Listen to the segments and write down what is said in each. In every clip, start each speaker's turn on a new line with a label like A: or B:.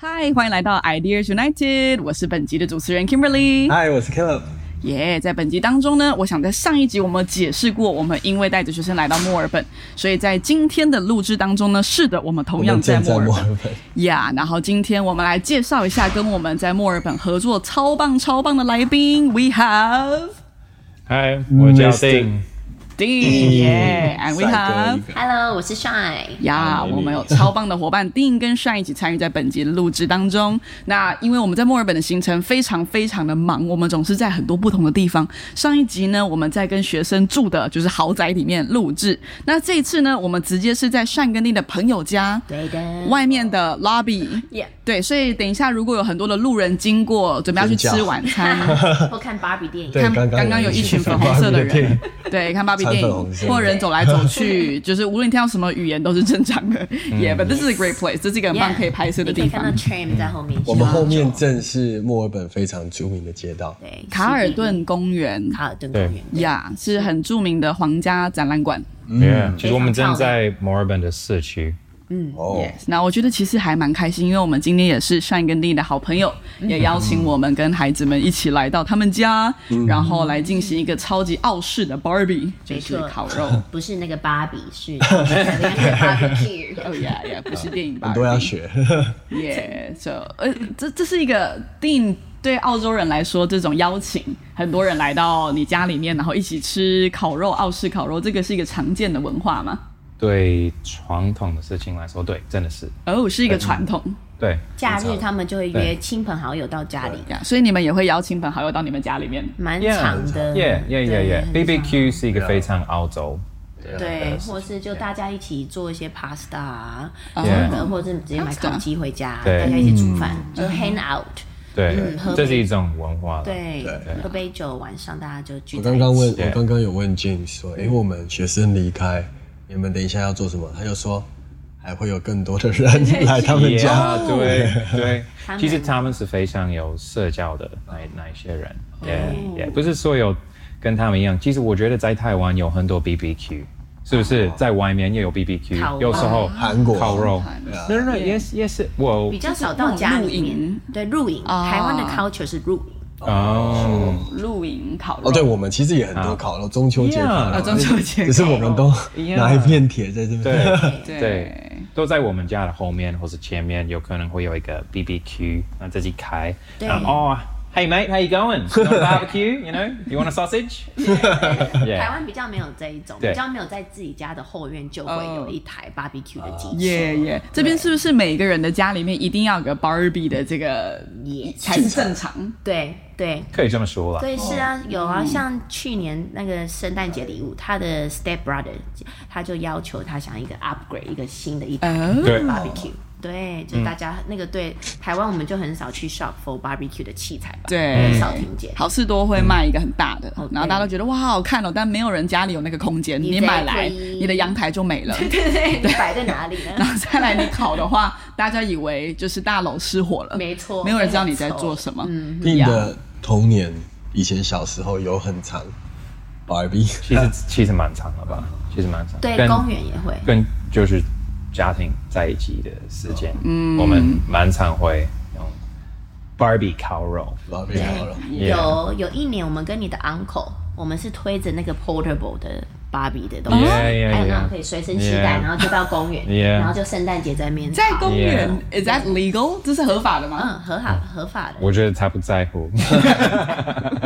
A: 嗨，欢迎来到 Ideas United，我是本集的主持人 Kimberly。
B: 嗨，我是 Caleb。
A: 耶在本集当中呢，我想在上一集我们解释过，我们因为带着学生来到墨尔本，所以在今天的录制当中呢，是的，我们同样在墨
B: 我
A: 尔
B: 们正
A: 本
B: 在墨尔本。
A: 呀。然后今天我们来介绍一下跟我们在墨尔本合作超棒超棒的来宾，We have
C: 嗨，
B: 嗯
C: 我叫
B: Mr.
C: Ding，
A: Dean，耶、a n d we have。
D: Hello，我 是 Shy。
A: 呀、
C: Hi,
A: 我们有超棒的伙伴 Dean 跟 Shine 一起参与在本集的录制当中。那因为我们在墨尔本的行程非常非常的忙，我们总是在很多不同的地方。上一集呢，我们在跟学生住的就是豪宅里面录制。那这一次呢，我们直接是在 Shine 跟 Dean 的朋友家
D: 对的。
A: 外面的 lobby。
D: Yeah，
A: 对，所以等一下如果有很多的路人经过，准备要去
B: 尖叫
A: 吃晚餐。
D: 我看芭比电影。
B: 对，
A: 看
B: 刚
A: 刚刚有一群粉红色的人，对，看芭比电
B: 穿粉红
A: 影
B: 色
A: 或人走来走 去，就是无论你听到什么语言都是正常的。Yeah，but
B: 嗯
A: this is a great place，这是一个很棒
D: Yeah，
A: 可以拍摄的
D: 你可
A: 地
D: 以看到
A: 方。
D: Tram 在后面。
B: 我们后面正是墨尔本非常著名的街道。
D: 对
A: 卡尔顿公园
D: 卡尔顿公园。
A: 呀是很著名的皇家展览馆。
B: 嗯
C: Yeah，其实我们正在墨尔本的市区。
A: 嗯
B: 哦，
A: 那我觉得其实还蛮开心，因为我们今天也是善跟丽的好朋友，
B: 嗯
A: 也邀请我们跟孩子们一起来到他们家，
B: 嗯
A: 然后来进行一个超级傲视的 Barbie，就
D: 没
A: 是
D: 错
A: 烤 肉。
D: 不是那个芭比，是 barbecue。
A: 哦呀呀，不是电影吧？
B: 很多要学。
A: 耶，就呃，这这是一个定对澳洲人来说，这种邀请，很多人来到你家里面，然后一起吃烤肉，澳式烤肉，这个是一个常见的文化嘛？
C: 对传统的事情来说，对，真的是
A: 哦，是一个传
B: 嗯
A: 统
C: 对。
D: 假日他们就会约亲朋好友到家里，
A: 呀，所以你们也会邀请朋好友到你们家里面。
D: 蛮长的。
C: Yeah, yeah,
D: 嗯对
C: yeah, yeah.
D: 很
C: BBQ 是一个非常澳洲。
D: 对，或是就大家一起做一些 pasta 啊，
A: Yeah 嗯
D: 什么的，或者直接买
A: Pasta
D: 烤鸡回家，
C: 对
D: 大家一起煮饭，就 hang out。
C: 对
D: 嗯，
C: 这是一种文化了。
D: 对
B: 对，
D: 喝杯酒，晚上大家就聚
B: 我
D: 在
B: 刚
D: 一起。
B: 刚问，
C: 对
B: 我刚刚有问 James 说，诶，我们学生离开，你们等一下要做什么？他就说，还会有更多 的人来他们家。
C: Yeah，对对
D: 哦他，们
C: 其实他们是非常有社交的那那一些人。
D: 哦
C: 对，也不是说有跟他们一样。其实我觉得在台湾有很多 BBQ，是不
D: 哦
C: 是？在外面也有 BBQ，
D: 烤肉
C: 有时候
B: 韩国
C: 烤肉
A: 韩国，
C: 那那也是也是我
D: 比较少到家
A: 就是那种
D: 里
A: 露
D: 面
A: 营，
D: 对露营，
A: 啊
D: 台湾的 culture 是露营，
C: 哦。
A: 露营烤肉。
B: 嗯哦，对，我们其实也很
C: 啊
B: 多烤肉，中秋节烤
C: Yeah
B: 肉
A: 啊，，中秋节
B: 只是我们都
C: Yeah
B: 拿一片铁在这边。
C: 对
A: 对
C: 对，都在我们家的后面或是前面，有可能会有一个 BBQ，那自己开。
D: 对
C: 然后哦，Hey mate, how you going? You want a barbecue? You know? You want a sausage?
D: 台
C: Yeah.
D: 湾比较没有这一种，
C: 对
D: 比较没有在自己家的后院就会有一台 barbecue 的机器，
A: 耶耶，这边是不是每个人的家里面一定要有个 Barbie 的这个
D: 也
A: 才是正常？
D: 对对。
C: 可以这么说了。
D: 对，是啊，有啊，像去年那个圣诞节礼物，他的 step brother 他就要求他想一个 upgrade 一个新的一台
A: 哦，
C: 对
D: barbecue，对，就大家那个对台湾我们就很少去 shop for barbecue 的器材吧，
A: 对
D: 很少听见，
A: 好事多会卖一个很大的，
D: 哦
A: 然后大家都觉得哇好好看哦，但没有人家里有那个空间，
D: Exactly
A: 你买来你的阳台就没 了。
D: 对对对，摆在哪里呢
A: 然？后再来你烤的话，大家以为就是大楼失火了，
D: 没错
A: 没有人知道你在做什么。嗯，
B: 定的童年，以前小时候有很长 Barbie。
C: 其实其实蛮长了吧？其实蛮长。
D: 对，
C: 跟
D: 公园也会。
C: 跟就是家庭在一起的时间，
D: 嗯
C: 我们蛮常会用 Barbie 烤肉。
B: Barbie 烤肉，
C: Yeah
D: 有有一年，我们跟你的 uncle，我们是推着那个 portable 的芭比的东西哎
C: Yeah, yeah,
D: 还有那
C: yeah.
D: 种可以随身携带
C: Yeah.
D: 然后就到公园
C: Yeah.
D: 然后就圣诞节在面
A: 在
D: 烤
A: 公园，is that legal？这是合法的吗？
D: 嗯合法合法的，
C: 我觉得他不在乎。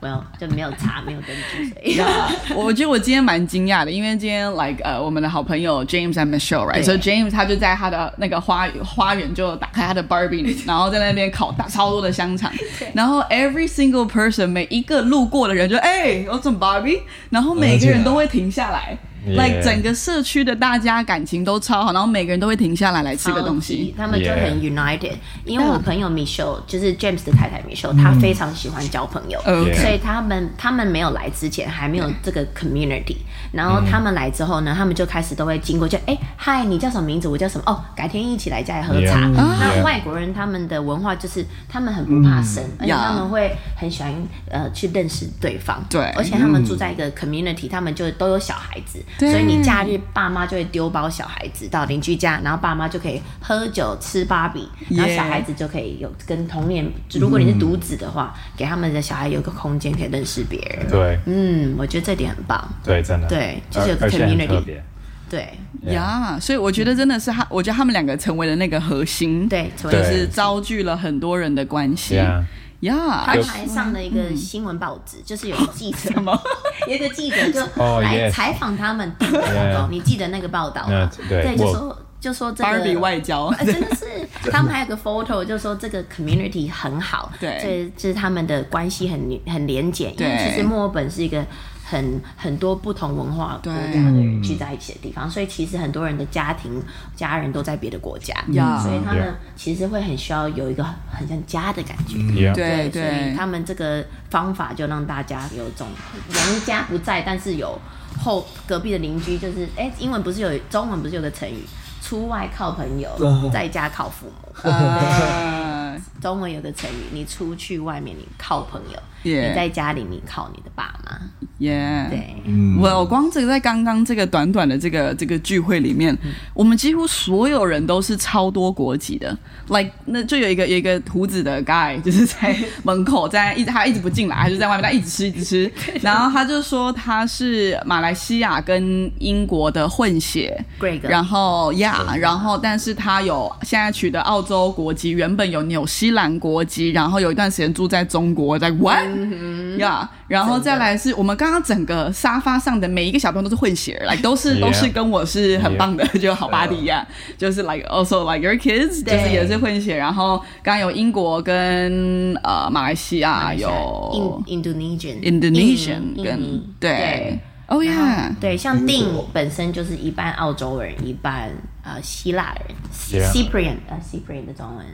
D: 没有就没有查，没有根据，所 以
A: 我觉得我今天蛮惊讶的，因为今天 like 呃我们的好朋友 James and Michelle，right？
D: 对
A: 所以 James 他就在他的那个花花园就打开他的 Barbie，然后在那边烤大超多的香肠，然后 every single person 每一个路过的人就哎我怎么 Barbie，然后每个人都会停下来。
C: Yeah
A: like 整个社区的大家感情都超好，然后每个人都会停下来来吃个东
D: 超级
A: 西。
D: 他们就很 united。因为我朋友 Michelle 就是 James 的太太
A: 嗯
D: Michelle，她非常喜欢交朋友，
A: OK 嗯
D: 所以他们他们没有来之前还没有这个 community，然后他们来之后呢，他们就开始都会经过就哎嗨，你叫什么名字？我叫什么？哦，改天一起来家里喝茶。
C: Yeah
D: 那
A: 嗯
C: Yeah
D: 外国人他们的文化就是他们很不怕生，而且
A: Yeah
D: 他们会很喜欢呃去认识对方，
A: 对
D: 而且他们住在一个 community，他们就都有小孩子，
A: 对
D: 所以你假日爸妈就会丢包小孩子到邻居家，然后爸妈就可以喝酒吃芭比，然后
A: Yeah
D: 小孩子就可以有跟童年，如果你是独子的话，给他们的小孩有一个空间可以认识别人。
C: 嗯对
D: 嗯，我觉得这点很棒。
C: 对，真的，
D: 对就是有
C: 而而且很
D: community
C: 特别，
D: 对
A: 呀所以我觉得真的是他，我觉得他们两个成为了那个核心，，
D: 对，成为
A: 就
C: 对
A: 是招聚了很多人的关系。
C: Yeah
A: 呀、
D: 他还上了一个新闻报纸，就是有记 者， 有一个记者就
C: 哦
D: 来
C: yes
D: 采访他们订的广告
C: Yeah
D: 你记得那个报道
C: 那
D: 吗？
C: 对
D: 就
C: 我
D: 说就说这
A: b a r b i e
D: 个
A: 外交，
D: 呃 真的是，他们还有个 photo 就说这个 community 很好，
A: 对
D: 所以就是他们的关系很很廉洁，因为
A: 对
D: 其实墨尔本是一个很很多不同文化国家的人聚在一起的地方，所以其实很多人的家庭家人都在别的国家，
A: 嗯 Yeah
D: 所以他们
C: Yeah
D: 其实会很需要有一个很像家的感觉。
C: Yeah
A: 对
D: 所以他们这个方法就让大家有种人家不在，但是有后隔壁的邻居，就是哎、英文不是有中文不是有个成语，出外靠朋友，
A: 嗯
D: 在家靠父母。
A: 呃，
D: 中文有个成语，你出去外面你靠朋友
A: Yeah
D: 你在家里你靠你的爸妈。
A: 耶，
D: 对，
A: 我我光这个在刚刚这个短短的这个这个聚会里面，我们几乎所有人都是超多国籍的，like 那就有一个有一个胡子的 guy 就是在门口在一直他一直不进来，他就在外面他一直吃一直吃，然后他就说他是马来西亚跟英国的混血
D: Greg
A: 然后呀然后但是他有现在取得澳洲国籍，原本有纽西兰国籍，然后有一段时间住在中国，在 what？呀然后再来是我们刚刚整个沙发上的每一个小朋友都是混血儿，like 都是
C: Yeah
A: 都是跟我是很棒的，就好巴迪呀，就是 like also like your kids，就是也是混血。然后刚刚有英国跟呃马来西亚有
D: 印 Indonesian
A: Indonesian
D: 印印
A: 跟
D: 尼
A: 对
D: 嗯对。
A: 哦呀，
D: 对，像定本身就是一半澳洲人，一半呃希腊人
C: Yeah
D: ，Cyprian 呃 Cyprian 的中文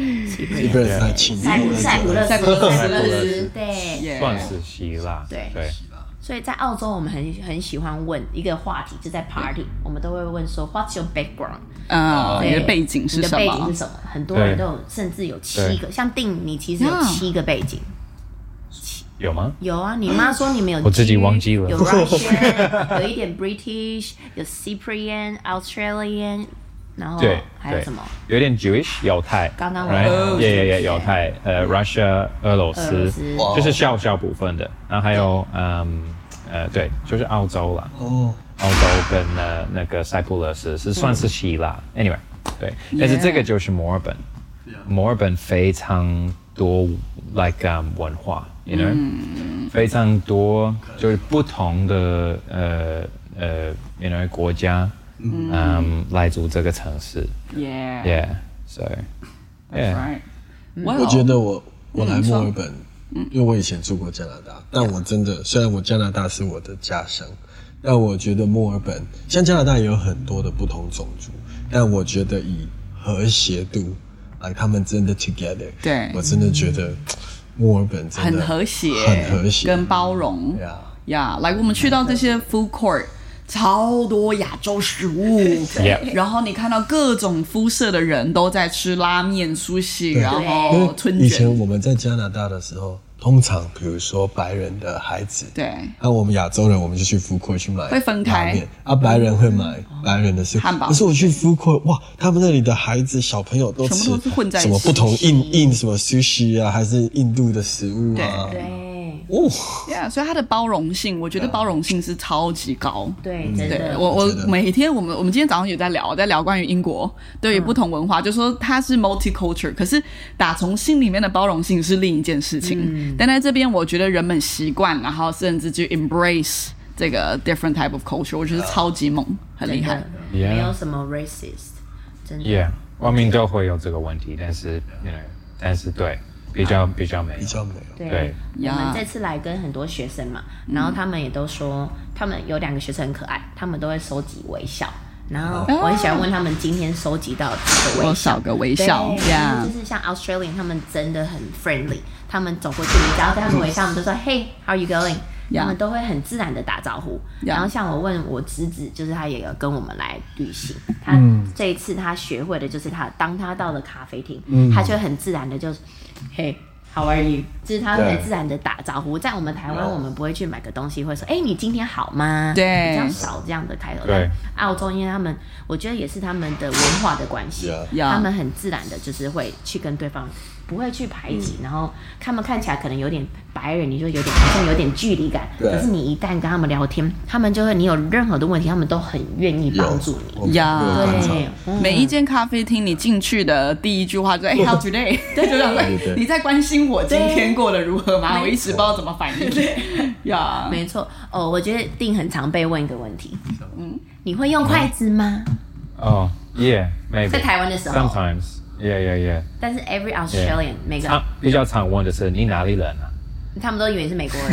B: 一个人
D: ，Cyprian
B: 在请
D: 塞浦塞浦勒斯，
A: 塞浦路斯
D: 塞浦路
B: 塞浦路
D: 斯
B: 斯，
D: 对。
A: Yeah
C: 算是希腊，
D: 对
C: 对
D: 所以在澳洲，我们很很喜欢问一个话题，就在 party，我们都会问说 What's your background？
C: 啊
A: 呃，你的背景是
D: 哦你的
A: 什
D: 背景
A: 么
D: 是？什么？很多人
C: 对
D: 都有，甚至有七
C: 对
D: 个，像定你其实有
A: Yeah
D: 七个背景。
C: 有吗？
D: 有啊，你妈说你们有 Jew，
C: 我自己忘记了
D: 有 Russian，有一点 British，有 Cyprian、Australian，然后
C: 对，
D: 哦还有什么？
C: 对？有点 Jewish 犹太，
D: 刚刚我
C: right？
D: 哦
C: yeah yeah yeah，
D: Jewish
C: 犹太，呃，Russia 俄罗
D: 嗯俄罗
C: 斯
D: 斯，
B: 哇
C: 就是小小部分的，然后还有嗯呃对，就是澳洲啦，
B: 哦，
C: 澳洲跟呃那个塞浦路斯是算是希腊，anyway，对，但是这个就是墨尔本，墨尔本非常多 like、um, 文化，you know，、非常多就是不同的呃呃，you know 国家，嗯，来自这个城市
A: Yeah，
C: ，yeah，so yeah，
A: right。我
B: 我觉得我我来墨尔本，
A: 嗯
B: 因为我以前住过加拿大，但我真的虽然我加拿大是我的家乡，但我觉得墨尔本像加拿大也有很多的不同种族，但我觉得以和谐度来，他们真的 together，
A: 对
B: 我真的觉得墨尔本真
A: 很
B: 的
A: 和谐，
B: 很和谐，
A: 跟包容。
B: 对啊
A: 呀，来，我们去到这
B: 嗯
A: 些 food court，超多亚洲食 物
C: Yeah
A: 然后你看到各种肤色的人都在吃拉面、苏西，然
B: 因
A: 后
B: 为
A: 哦春
B: 以
A: 卷
B: 前，我们在加拿大的时候，通常比如说白人的孩子，
A: 对
B: 那、我们亚洲人我们就去福库去买
A: 会分开嗯
B: 拉面，啊，白人会买白人的是
A: 汉堡
B: 可是我去福库，哇，他们那里的孩子小朋友都吃
A: 全部都是混在一起
B: 什么不同印印什么 sushi 啊，还是印度的食物啊，
D: 对
B: 哦，
A: ，Yeah，所以它的包容性，我觉得包容性是超级高。
D: 对，真
A: 对
D: 的，
A: 我，我
B: 觉得
A: 每天我们我们今天早上也在聊，在聊关于英国对
D: 嗯
A: 于不同文化，就说它是 multicultural，可是打从心里面的包容性是另一件事情。
D: 嗯
A: 但在这边，我觉得人们习惯，然后甚至就 embrace 这个 different type of culture，我觉得超级猛，很厉
D: 真
A: 害
D: 的。
C: Yeah
D: 没有什么 racist，真的。
C: yeah，外面都会有这个问题，但是 you know，但是对，比较比较没有
B: 比较没哦有。
D: 对
C: 对，
D: 我
A: 呀
D: 们这次来跟很多学生嘛，
A: 嗯
D: 然后他们也都说，他们有两个学生很可爱，他们都会收集微笑，然后我很喜欢问他们今天收集到几个微
A: 多哦
D: 笑
A: 少，个微
D: 对
A: 笑
D: 然
A: 呀
D: 后就？是像 Australian，他们真的很 friendly，他们走过去，你只要对他们微笑，我们就说 Hey，how are you going？
A: 嗯 Yeah.
D: 他们都会很自然的打招呼。
A: Yeah.
D: 然后像我问我侄子，就是他也有跟我们来旅行，他这一次他学会的就是他当他到了咖啡厅，他就会很自然的就是 Hey，how are you？就是他会
B: 对
D: 很自然的打招呼。在我们台湾，我们不会去买个东西会说哎、你今天好吗？
A: 对
D: 比较少这样的开头。
C: 对，
D: 澳洲因为他们，我觉得也是他们的文化的关系
B: Yeah.
A: 呀
D: 他们很自然的，就是会去跟对方，不会去排
B: 嗯
D: 挤，然后他们看起来可能有点白人，你就有点好像有点距离感，
B: 对
D: 可是你一旦跟他们聊天，他们就会你有任何的问题，他们都很愿意帮助你。
B: 有
A: 呀
B: 我有观察
D: 对，嗯
A: 每一间咖啡厅，你进去的第一句话就是“哎、h o w today？” 对， 就想
B: 对
A: 哎
B: 对，
A: 你在关心我今天过得如何吗？
D: 没
A: 我一时不知道怎么反 应。呀，
D: 没错。哦，我觉得定很常被问一个问题，嗯，你会用筷子吗？
C: 哦，yeah maybe
D: 在台湾的时候
C: sometimes yeah yeah
D: 但是 every
C: yeah
D: Australian 每
C: yeah
D: 个
C: 常比较常问的是你哪里人啊？
D: 他们都以为是美国人，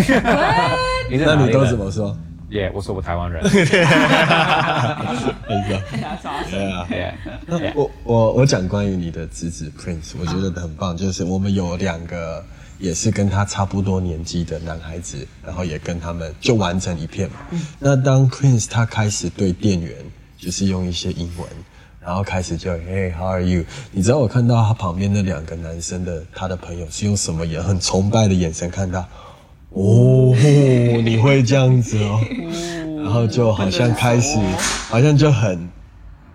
C: 你是
B: 那
C: 哪里
B: 你都
C: 人
B: 怎么说？
C: ？yeah 我说我台湾人
B: 那个，对啊。
C: yeah
B: 那 我我我讲关于你的侄子 Prince，我觉得很棒，就是我们有两个也是跟他差不多年纪的男孩子，然后也跟他们就完成一片嘛。那当 Prince 他开始对店员就是用一些英文，然后开始就 Hey，how are you？你知道我看到他旁边那两个男生的他的朋友是用什么也很崇拜的眼神看他。哦，你会这样子哦，然后就好像开始，好像就很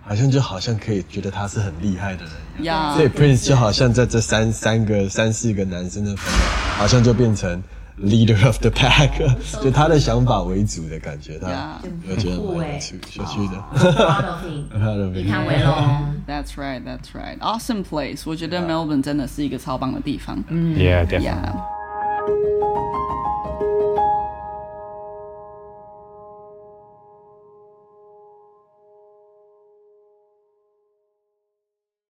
B: 好像就好像可以觉得他是很厉害的人一样。
A: 呀
B: 所以 Prince 就好像在这三三个三四个男生的朋友，好像就变成 leader of the pack，就 他的想法为主的感觉。他
D: Yeah
B: 我觉得蛮有趣有趣的。
D: 哦
B: 他的
D: 你看维龙。
A: That's right, that's right. Awesome place. 我觉得 Melbourne 真的是一个超棒的地方。嗯
C: yeah definitely
A: ，Yeah.